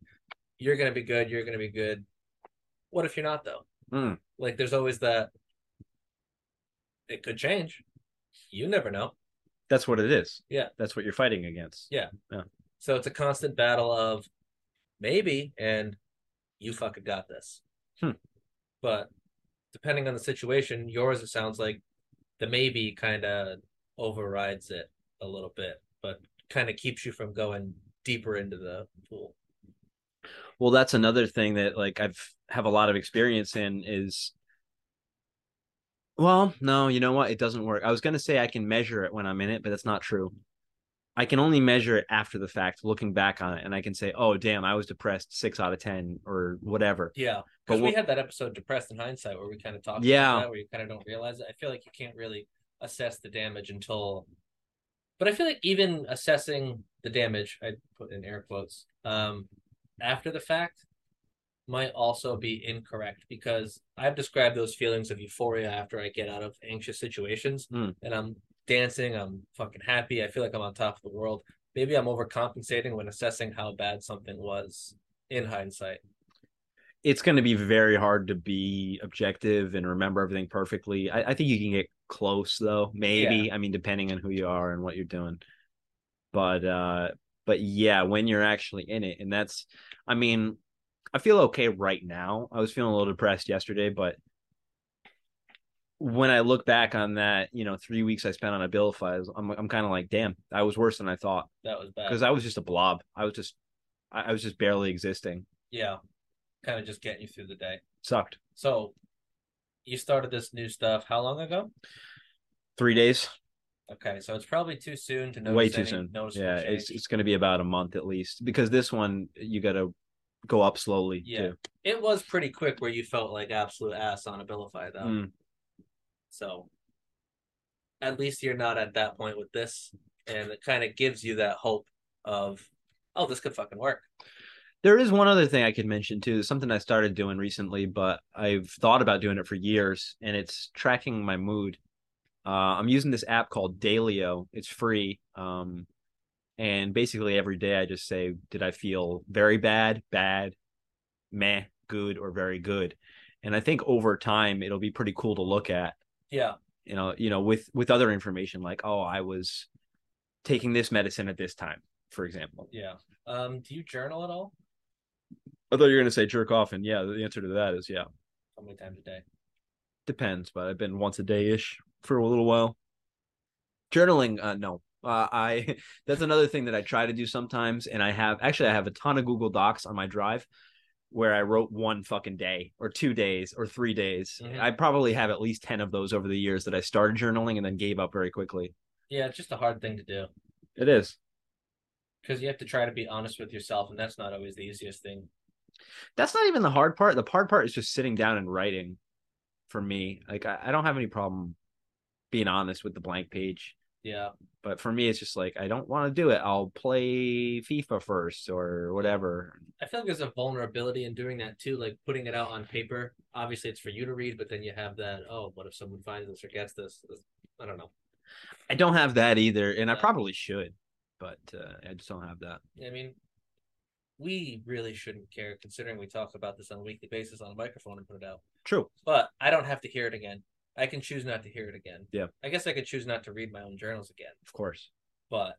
C: you're gonna be good, you're gonna be good. What if you're not though?
B: Mm.
C: Like there's always that it could change. You never know.
B: That's what it is.
C: Yeah.
B: That's what you're fighting against.
C: Yeah. So it's a constant battle of maybe and you fucking got this.
B: Hmm.
C: But depending on the situation, yours it sounds like the maybe kind of overrides it a little bit, but kind of keeps you from going deeper into the pool.
B: Well, that's another thing that like I've have a lot of experience in is well, no, you know what? It doesn't work. I was going to say I can measure it when I'm in it, but that's not true. I can only measure it after the fact, looking back on it, and I can say, "Oh, damn, I was depressed 6 out of 10 or whatever."
C: Yeah,
B: But
C: because we
B: wh-
C: had that episode "Depressed in Hindsight" where we kind of talked.
B: Yeah.
C: about that, where you kind of don't realize it. I feel like you can't really assess the damage until. But I feel like even assessing the damage, I put in air quotes, um, after the fact, might also be incorrect because I've described those feelings of euphoria after I get out of anxious situations,
B: Mm.
C: and I'm dancing, I'm fucking happy, I feel like I'm on top of the world. Maybe I'm overcompensating when assessing how bad something was in hindsight.
B: it's going to be very hard to be objective and remember everything perfectly. I, I think you can get close though, maybe. I mean, depending on who you are and what you're doing. But uh but yeah, when you're actually in it, and that's I mean, I feel okay right now. I was feeling a little depressed yesterday, but when I look back on that, you know, three weeks I spent on a bill files, I'm I'm kind of like, damn, I was worse than I thought
C: That was bad.
B: because I was just a blob. I was just, I, I was just barely existing.
C: yeah, kind of just getting you through the day.
B: Sucked.
C: So, you started this new stuff how long ago?
B: Three days,
C: Okay, so it's probably too soon to notice.
B: way too
C: any
B: soon.
C: noticeable
B: Yeah, it's
C: change.
B: it's going to be about a month at least because this one you got to go up slowly.
C: Yeah.
B: too.
C: it was pretty quick where you felt like absolute ass on Abilify though.
B: Mm.
C: So at least you're not at that point with this, and it kind of gives you that hope of, oh, this could fucking work.
B: There is one other thing I could mention too. Something I started doing recently, but I've thought about doing it for years, and it's tracking my mood. Uh, I'm using this app called Dailyo. It's free, um, and basically every day I just say, "Did I feel very bad, bad, meh, good, or very good?" And I think over time it'll be pretty cool to look at
C: Yeah,
B: you know you know with with other information like oh i was taking this medicine at this time for example
C: yeah. Um, do you journal at all?
B: i thought you were going to say jerk off and yeah the answer to that is yeah
C: How many times a day?
B: depends but i've been once a day ish for a little while journaling uh no uh, i *laughs* that's another thing that i try to do sometimes and i have actually i have a ton of google docs on my drive where i wrote one fucking day or two days or three days
C: Mhm.
B: i probably have at least 10 of those over the years that i started journaling and then gave up very quickly
C: Yeah, it's just a hard thing to do
B: it is
C: because you have to try to be honest with yourself, and that's not always the easiest thing.
B: that's not even the hard part. The hard part is just sitting down and writing for me. Like I, I don't have any problem being honest with the blank page.
C: Yeah,
B: But for me, it's just like I don't want to do it. I'll play FIFA first or whatever.
C: I feel like there's a vulnerability in doing that too, like putting it out on paper. Obviously, it's for you to read, but then you have that. Oh, what if someone finds this or gets this? I don't know.
B: I don't have that either, and I
C: Yeah.
B: probably should, but uh, I just don't have that.
C: I mean, we really shouldn't care considering we talk about this on a weekly basis on a microphone and put it out.
B: True.
C: But I don't have to hear it again. I can choose not to hear it again.
B: Yeah.
C: I guess I could choose not to read my own journals again.
B: Of course,
C: But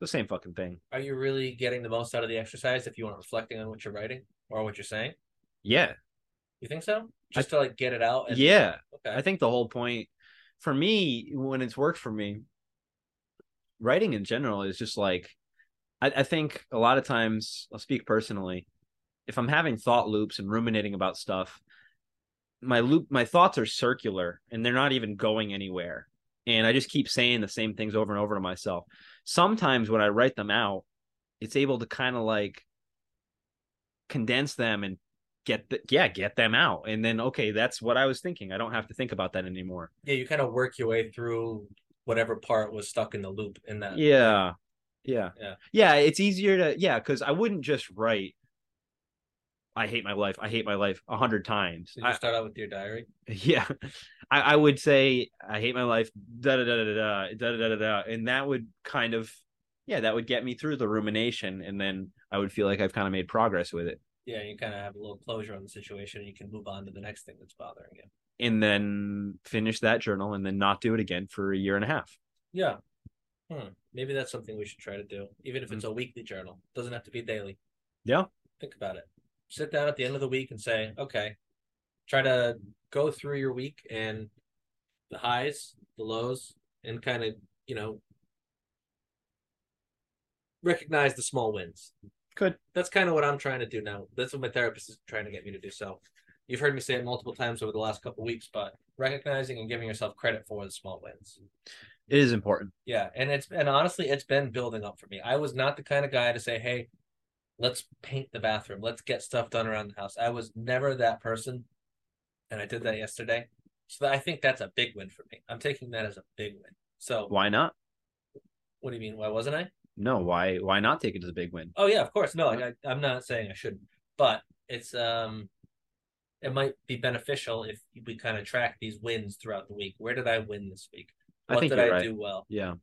B: the same fucking thing.
C: are you really getting the most out of the exercise if you aren't reflecting on what you're writing or what you're saying?
B: Yeah,
C: You think so? Just to like get it out. And,
B: yeah.
C: Okay.
B: I think the whole point for me, when it's worked for me, writing in general is just like, I, I think a lot of times, I'll speak personally, if I'm having thought loops and ruminating about stuff, my loop, my thoughts are circular and they're not even going anywhere. And I just keep saying the same things over and over to myself. Sometimes when I write them out, it's able to kind of like condense them and get the, yeah get them out and then okay that's what i was thinking i don't have to think about that anymore
C: yeah, you kind of work your way through whatever part was stuck in the loop in that.
B: yeah yeah
C: Yeah.
B: yeah it's easier to yeah because i wouldn't just write i hate my life i hate my life a hundred times
C: So you
B: I,
C: start out with your diary.
B: *laughs* yeah I, I would say i hate my life da da da da da da da da da and that would kind of yeah that would get me through the rumination and then i would feel like i've kind of made progress with it
C: Yeah, you kind of have a little closure on the situation and you can move on to the next thing that's bothering you.
B: and then finish that journal and then not do it again for a year and a half
C: Yeah. Hmm. Maybe that's something we should try to do, even if it's a weekly journal. Doesn't have to be daily.
B: Yeah.
C: Think about it. Sit down at the end of the week and say, okay, try to go through your week and the highs, the lows, and kind of, you know, recognize the small wins.
B: Good.
C: That's kind of what I'm trying to do now. That's what my therapist is trying to get me to do. So you've heard me say it multiple times over the last couple weeks, but recognizing and giving yourself credit for the small wins.
B: it is important
C: Yeah, and it's and honestly, it's been building up for me. I was not the kind of guy to say, "Hey, let's paint the bathroom, let's get stuff done around the house." I was never that person, and I did that yesterday. So I think that's a big win for me. I'm taking that as a big win. So
B: why not
C: what do you mean? Why wasn't I?
B: No, why why not take it as a big win?
C: Oh yeah, of course. No, I, I'm not saying I shouldn't, but it's um, it might be beneficial if we kind of track these wins throughout the week. Where did I win this week?
B: I
C: What
B: think
C: did
B: you're
C: I
B: right.
C: do well?
B: Yeah,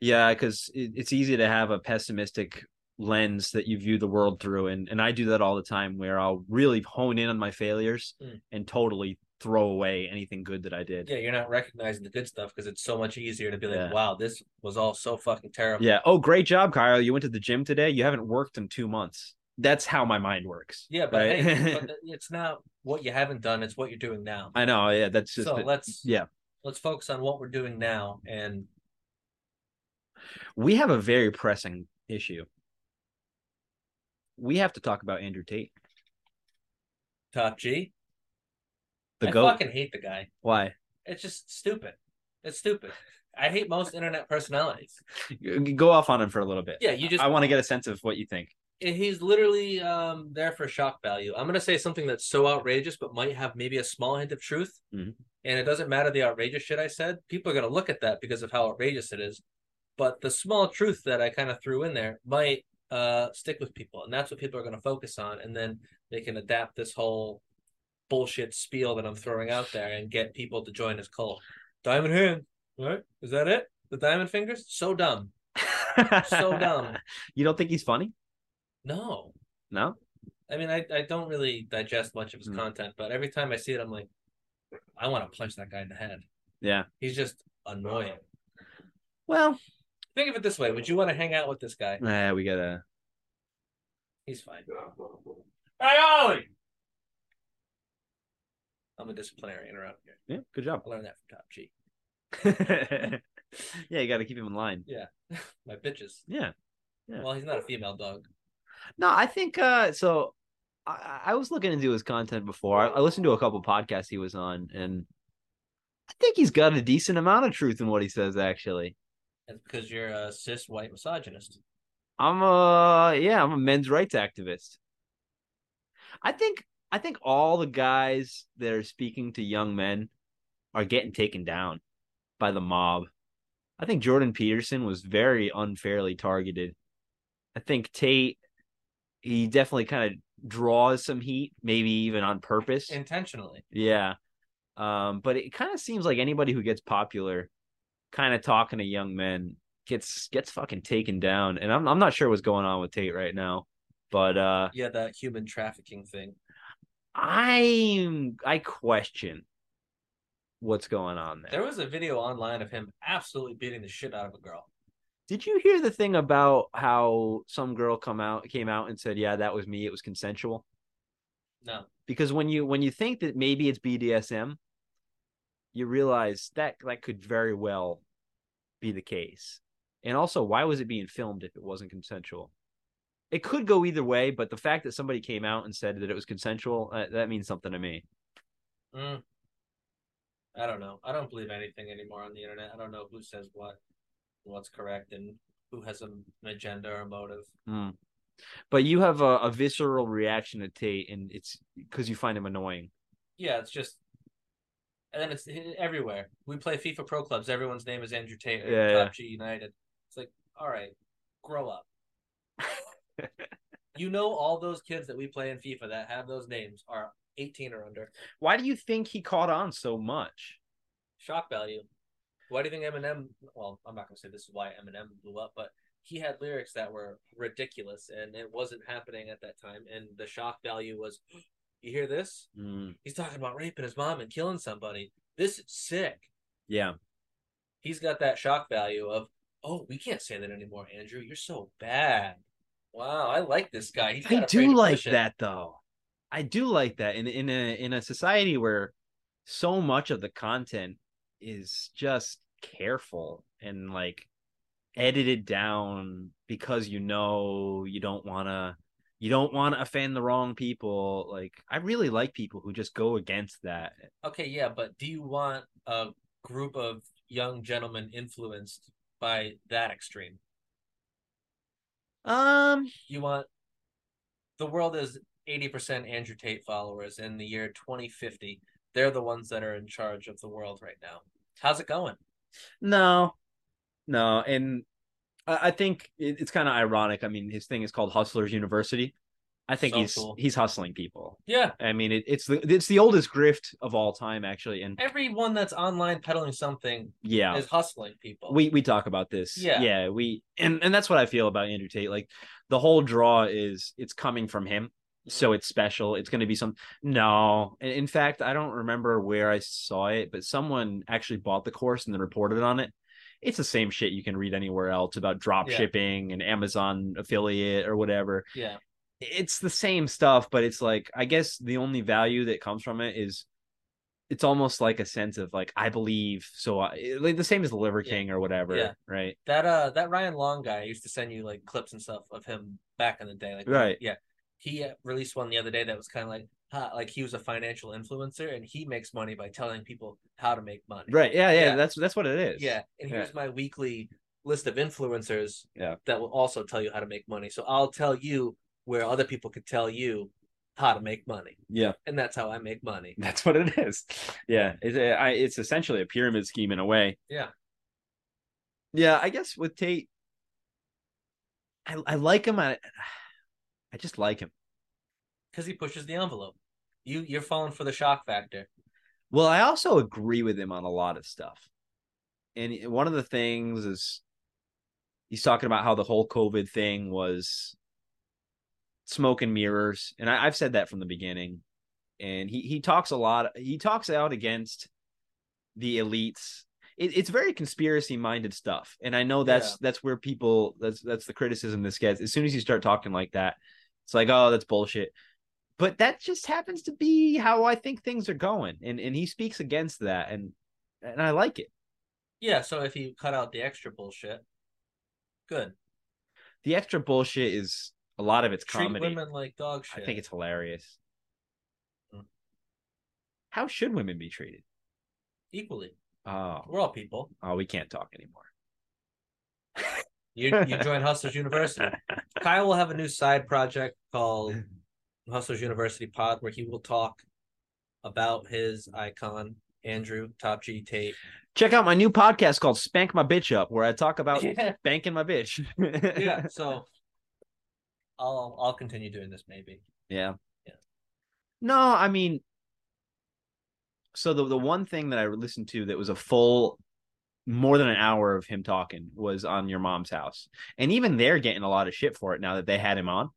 B: yeah, because it, it's easy to have a pessimistic lens that you view the world through and and I do that all the time where I'll really hone in on my failures
C: Mm.
B: and totally throw away anything good that I did.
C: Yeah, you're not recognizing the good stuff because it's so much easier to be like,
B: Yeah.
C: wow, this was all so fucking terrible.
B: Yeah. Oh, great job, Kyle. You went to the gym today. You haven't worked in 2 months. That's how my mind works.
C: Yeah, but
B: right? *laughs*
C: hey, but it's not what you haven't done; it's what you're doing now.
B: I know. Yeah, that's just
C: so
B: it.
C: let's
B: yeah.
C: let's focus on what we're doing now and
B: we have a very pressing issue. We have to talk about Andrew Tate,
C: top G.
B: the
C: I
B: goat.
C: fucking hate the guy.
B: Why?
C: It's just stupid. It's stupid. I hate most internet personalities.
B: Go off on him for a little bit.
C: Yeah, you just
B: I want to get a sense of what you think.
C: he's literally um there for shock value. I'm gonna say something that's so outrageous, but might have maybe a small hint of truth.
B: Mhm.
C: And it doesn't matter the outrageous shit I said. People are gonna look at that because of how outrageous it is. But the small truth that I kind of threw in there might uh stick with people, and that's what people are gonna focus on, and then they can adapt this whole bullshit spiel that I'm throwing out there and get people to join his cult. Diamond hand, right? Is that it? The diamond fingers? So dumb. *laughs* So dumb.
B: You don't think he's funny?
C: No.
B: No.
C: I mean, I, I don't really digest much of his
B: Mm.
C: content, but every time I see it, I'm like, I want to punch that guy in the head.
B: Yeah.
C: He's just annoying.
B: Well,
C: Think of it this way: Would you want to hang out with this guy?
B: eh, we gotta.
C: He's fine.
E: Hey, Ollie!
C: I'm a disciplinarian around here.
B: Yeah. Good job. *laughs*
C: I learned that from Top G.
B: yeah, you gotta keep him in line.
C: My bitches.
B: Yeah. Yeah.
C: Well, he's not a female dog.
B: No, I think uh so I, I was looking into his content before. I, I listened to a couple podcasts he was on and I think he's got a decent amount of truth in what he says actually.
C: That's because you're a cis white misogynist.
B: I'm a yeah, I'm a men's rights activist. I think I think all the guys that are speaking to young men are getting taken down by the mob. I think Jordan Peterson was very unfairly targeted. I think Tate he definitely kind of draws some heat, maybe even on purpose.
C: Intentionally.
B: Yeah. Um, but it kind of seems like anybody who gets popular, kind of talking to young men, gets gets fucking taken down. And I'm I'm not sure what's going on with Tate right now, but uh,
C: Yeah, that human trafficking thing.
B: I I question what's going on there.
C: There was a video online of him absolutely beating the shit out of a girl.
B: Did you hear the thing about how some girl come out came out and said, "Yeah, that was me. It was consensual."
C: No.
B: because when you when you think that maybe it's BDSM, you realize that that could very well be the case. And also, why was it being filmed if it wasn't consensual? It could go either way, but the fact that somebody came out and said that it was consensual, uh, that means something to me.
C: Mm. I don't know. I don't believe anything anymore on the internet. I don't know who says what, what's correct, and who has a, an agenda or a motive.
B: Mm. But you have a, a visceral reaction to Tate, and it's because you find him annoying.
C: Yeah, it's just. And then it's everywhere. We play FIFA Pro Clubs. Everyone's name is Andrew Tate or
B: Yeah,
C: Top G United. It's like, all right,
B: *laughs*
C: grow up. you know, all those kids that we play in FIFA that have those names are 18 or under.
B: Why do you think he caught on so much?
C: shock value. Why do you think Eminem? Well, I'm not gonna say this is why Eminem blew up, but he had lyrics that were ridiculous, and it wasn't happening at that time. And the shock value was, you hear this?
B: Mm,
C: He's talking about raping his mom and killing somebody. This is sick.
B: yeah,
C: He's got that shock value of, oh, we can't say that anymore, Andrew. You're so bad. Wow, I like this guy. He's
B: I
C: not afraid
B: do
C: to
B: like
C: push it.
B: that though. I do like that in in a in a society where so much of the content is just careful and like edited down because you know you don't want to you don't want to offend the wrong people. Like I really like people who just go against that.
C: Okay, yeah, but do you want a group of young gentlemen influenced by that extreme?
B: Um
C: you want the world is 80% Andrew Tate followers in the year 2050. They're the ones that are in charge of the world right now. How's it going?
B: No, no, and I, I think it, it's kind of ironic. I mean, his thing is called Hustlers University, I think
C: So
B: he's
C: cool.
B: he's hustling people.
C: Yeah.
B: I mean, it, it's the it's the oldest grift of all time, actually. And
C: Everyone that's online peddling something
B: yeah,
C: is hustling people.
B: we we talk about this.
C: Yeah.
B: yeah. We and and that's what I feel about Andrew Tate. Like the whole draw is it's coming from him,
C: Mm-hmm.
B: so it's special. It's going to be some. No, in in fact, I don't remember where I saw it, but someone actually bought the course and then reported on it. It's the same shit you can read anywhere else about drop
C: Yeah.
B: shipping and Amazon affiliate or whatever.
C: yeah.
B: it's the same stuff, but it's like I guess the only value that comes from it is it's almost like a sense of like I believe so I like the same as the Liver
C: Yeah.
B: King or whatever,
C: Yeah.
B: right?
C: That uh that Ryan Long guy used to send you like clips and stuff of him back in the day. Like
B: Right.
C: yeah. He uh, released one the other day that was kind of like huh, like he was a financial influencer and he makes money by telling people how to make money.
B: Right. Yeah, yeah,
C: Yeah.
B: that's that's what it is.
C: Yeah, and
B: Yeah.
C: here's my weekly list of influencers
B: Yeah.
C: that will also tell you how to make money. So I'll tell you where other people could tell you how to make money,
B: Yeah. *laughs*
C: and that's how I make money.
B: That's what it is. Yeah. It's a- I, it's essentially a pyramid scheme in a way.
C: Yeah.
B: Yeah, I guess with Tate I I like him I *sighs* I just like him.
C: Because he pushes the envelope. You you're falling for the shock factor.
B: Well, I also agree with him on a lot of stuff. And he- one of the things is he's talking about how the whole COVID thing was smoke and mirrors. And I, I've said that from the beginning. And he, he talks a lot, he talks out against the elites. It, it's very conspiracy minded stuff. And I know that's that's where people that's that's the criticism this gets. As soon as you start talking like that, it's like, oh, that's bullshit but that just happens to be how I think things are going, and and he speaks against that, and and I like it.
C: Yeah, so if you cut out the extra bullshit, good.
B: The extra bullshit is a lot of it's comedy.
C: Treat women like dog shit.
B: I think it's hilarious.
C: Mm.
B: How should women be treated?
C: equally.
B: Oh,
C: We're all people.
B: oh, we can't talk anymore.
C: You you join
B: *laughs*
C: Hustlers University. Kyle will have a new side project called Hustlers University Pod where he will talk about his icon, Andrew Top G Tate.
B: Check out my new podcast called "Spank My Bitch Up," where I talk
C: *laughs*
B: about spanking my bitch. *laughs*
C: yeah. *laughs* So I'll I'll continue doing this maybe.
B: Yeah.
C: Yeah.
B: No, I mean, so the the one thing that I listened to that was a full more than an hour of him talking was on your mom's house. And even they're getting a lot of shit for it now that they had him on.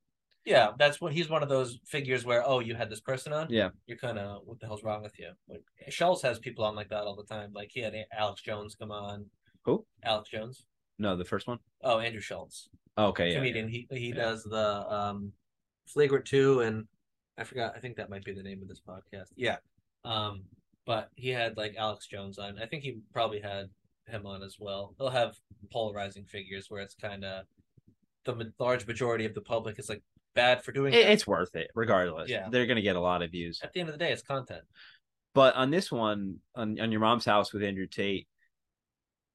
C: Yeah, that's what he's one of those figures where oh you had this person on
B: Yeah.
C: you're kind of what the hell's wrong with you? Like, Schultz has people on like that all the time. Like he had Alex Jones come on.
B: Who?
C: Alex Jones.
B: No, the first one.
C: Oh, Andrew Schultz.
B: Okay, yeah.
C: comedian. He he
B: Yeah.
C: does the um flagrant two and I forgot I think that might be the name of this podcast. Yeah. Um but he had like Alex Jones on. I think he probably had him on as well. They'll have polarizing figures where it's kind of the ma- large majority of the public is like bad for doing
B: It-
C: that.
B: it's worth it regardless.
C: Yeah.
B: They're going to get a lot of views.
C: At the end of the day, it's content.
B: But on this one, on, on your mom's house with Andrew Tate,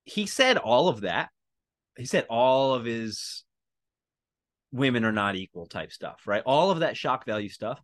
B: he said all of that. He said all of his women are not equal type stuff, right? All of that shock value stuff.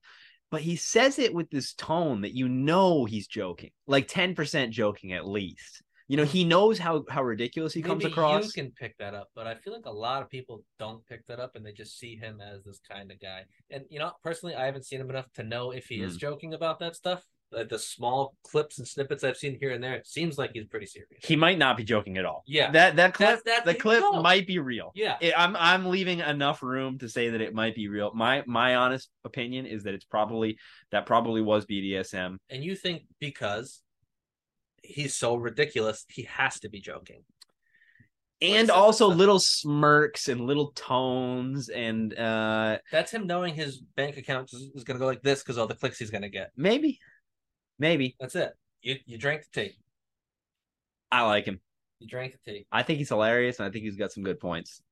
B: But he says it with this tone that you know he's joking, like 10% joking at least. You know, he knows how, how ridiculous he comes
C: Maybe
B: across.
C: You can pick that up, but I feel like a lot of people don't pick that up and they just see him as this kind of guy. And you know, personally, I haven't seen him enough to know if he
B: Hmm.
C: is joking about that stuff. Like the small clips and snippets I've seen here and there, it seems like he's pretty serious.
B: He might not be joking at all.
C: Yeah.
B: That that clip
C: That's- that's
B: the
C: the
B: clip
C: goal.
B: might be real.
C: Yeah,
B: it, I'm I'm leaving enough room to say that it might be real. My my honest opinion is that it's probably that probably was BDSM.
C: and you think because he's so ridiculous, he has to be joking.
B: And
C: so-
B: also
C: so-
B: little smirks and little tones and uh
C: That's him knowing his bank account is, is going to go like this because all the clicks he's going to get.
B: maybe maybe
C: That's it. You you drank the tea.
B: I like him.
C: You drank the tea.
B: I think he's hilarious and I think he's got some good points.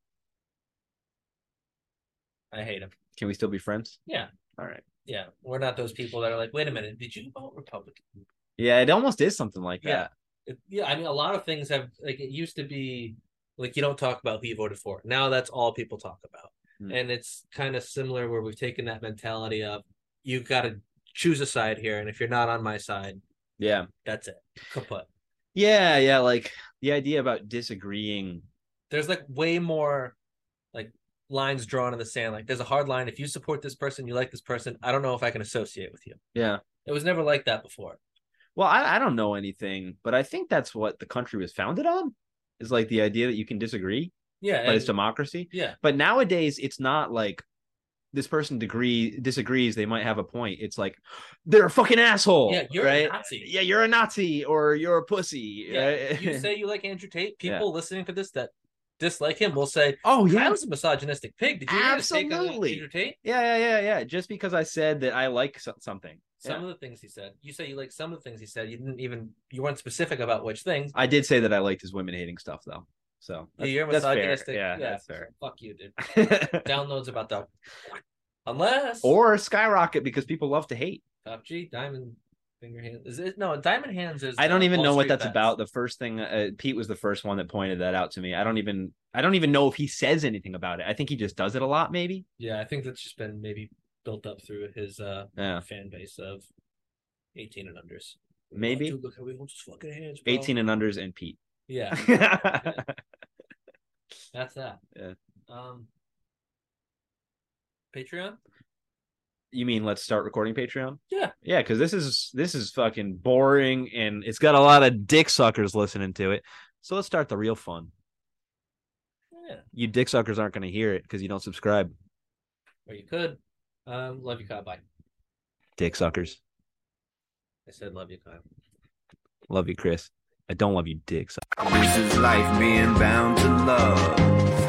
C: I hate him.
B: Can we still be friends?
C: Yeah.
B: All right.
C: Yeah, we're not those people that are like, wait a minute, did you vote Republican?
B: Yeah, it almost is something like
C: Yeah.
B: that.
C: it- yeah, I mean, a lot of things have like it used to be like you don't talk about who you voted for. Now that's all people talk about,
B: Hmm.
C: and it's kind of similar where we've taken that mentality of you got to choose a side here, and if you're not on my side,
B: Yeah.
C: that's it. Kaput.
B: Yeah, yeah, like the idea about disagreeing
C: There's like way more like lines drawn in the sand. Like there's a hard line. If you support this person, you like this person. I don't know if I can associate with you.
B: Yeah.
C: It was never like that before.
B: Well, I, I don't know anything, but I think that's what the country was founded on is like the idea that you can disagree,
C: Yeah,
B: but it's
C: and-
B: democracy.
C: yeah,
B: But nowadays, it's not like this person degree disagrees, they might have a point. It's like they're a fucking asshole.
C: yeah. You're
B: right?
C: a Nazi.
B: Yeah, you're a Nazi or you're a pussy.
C: Yeah.
B: right? *laughs*
C: you say you like Andrew Tate.
B: Yeah.
C: People listening to this that dislike him will say,
B: oh,
C: "I
B: yeah.
C: was a misogynistic pig." Did you hear his take on
B: Absolutely.
C: Andrew Tate?
B: Yeah, yeah, yeah, yeah. Just because I said that I like so- something.
C: Some
B: Yeah.
C: of the things he said. You say you like some of the things he said. You didn't even you weren't specific about which things.
B: I did say that I liked his women hating stuff, though. So
C: Yeah, you're
B: that's fair.
C: misogynistic.
B: Yeah, that's
C: so
B: fair.
C: Fuck
B: *laughs*
C: you, dude. Downloads about that. Unless
B: or skyrocket because people love to hate.
C: Top G Diamond Finger Hands is it? No, Diamond Hands is.
B: I don't
C: uh,
B: even
C: Wall
B: know what
C: Street
B: that's
C: Bets.
B: about. The first thing uh, Pete was the first one that pointed that out to me. I don't even I don't even know if he says anything about it. I think he just does it a lot, maybe.
C: Yeah, I think that's just been maybe built up through his uh
B: Yeah,
C: fan base of eighteen and unders.
B: maybe
C: Dude, look how we hold his fucking hands. bro.
B: eighteen and unders and Pete.
C: Yeah,
B: *laughs*
C: that's that.
B: Yeah.
C: Um. Patreon.
B: you mean let's start recording Patreon?
C: Yeah.
B: yeah, because this is this is fucking boring and it's got a lot of dick suckers listening to it. So let's start the real fun.
C: Yeah.
B: You dick suckers aren't going to hear it because you don't subscribe.
C: Or you could. Um. Love you, Kyle. Bye.
B: Dick suckers,
C: I said love you, Kyle.
B: love you, Chris. I don't love you, dick suckers.
A: This is life being bound to love.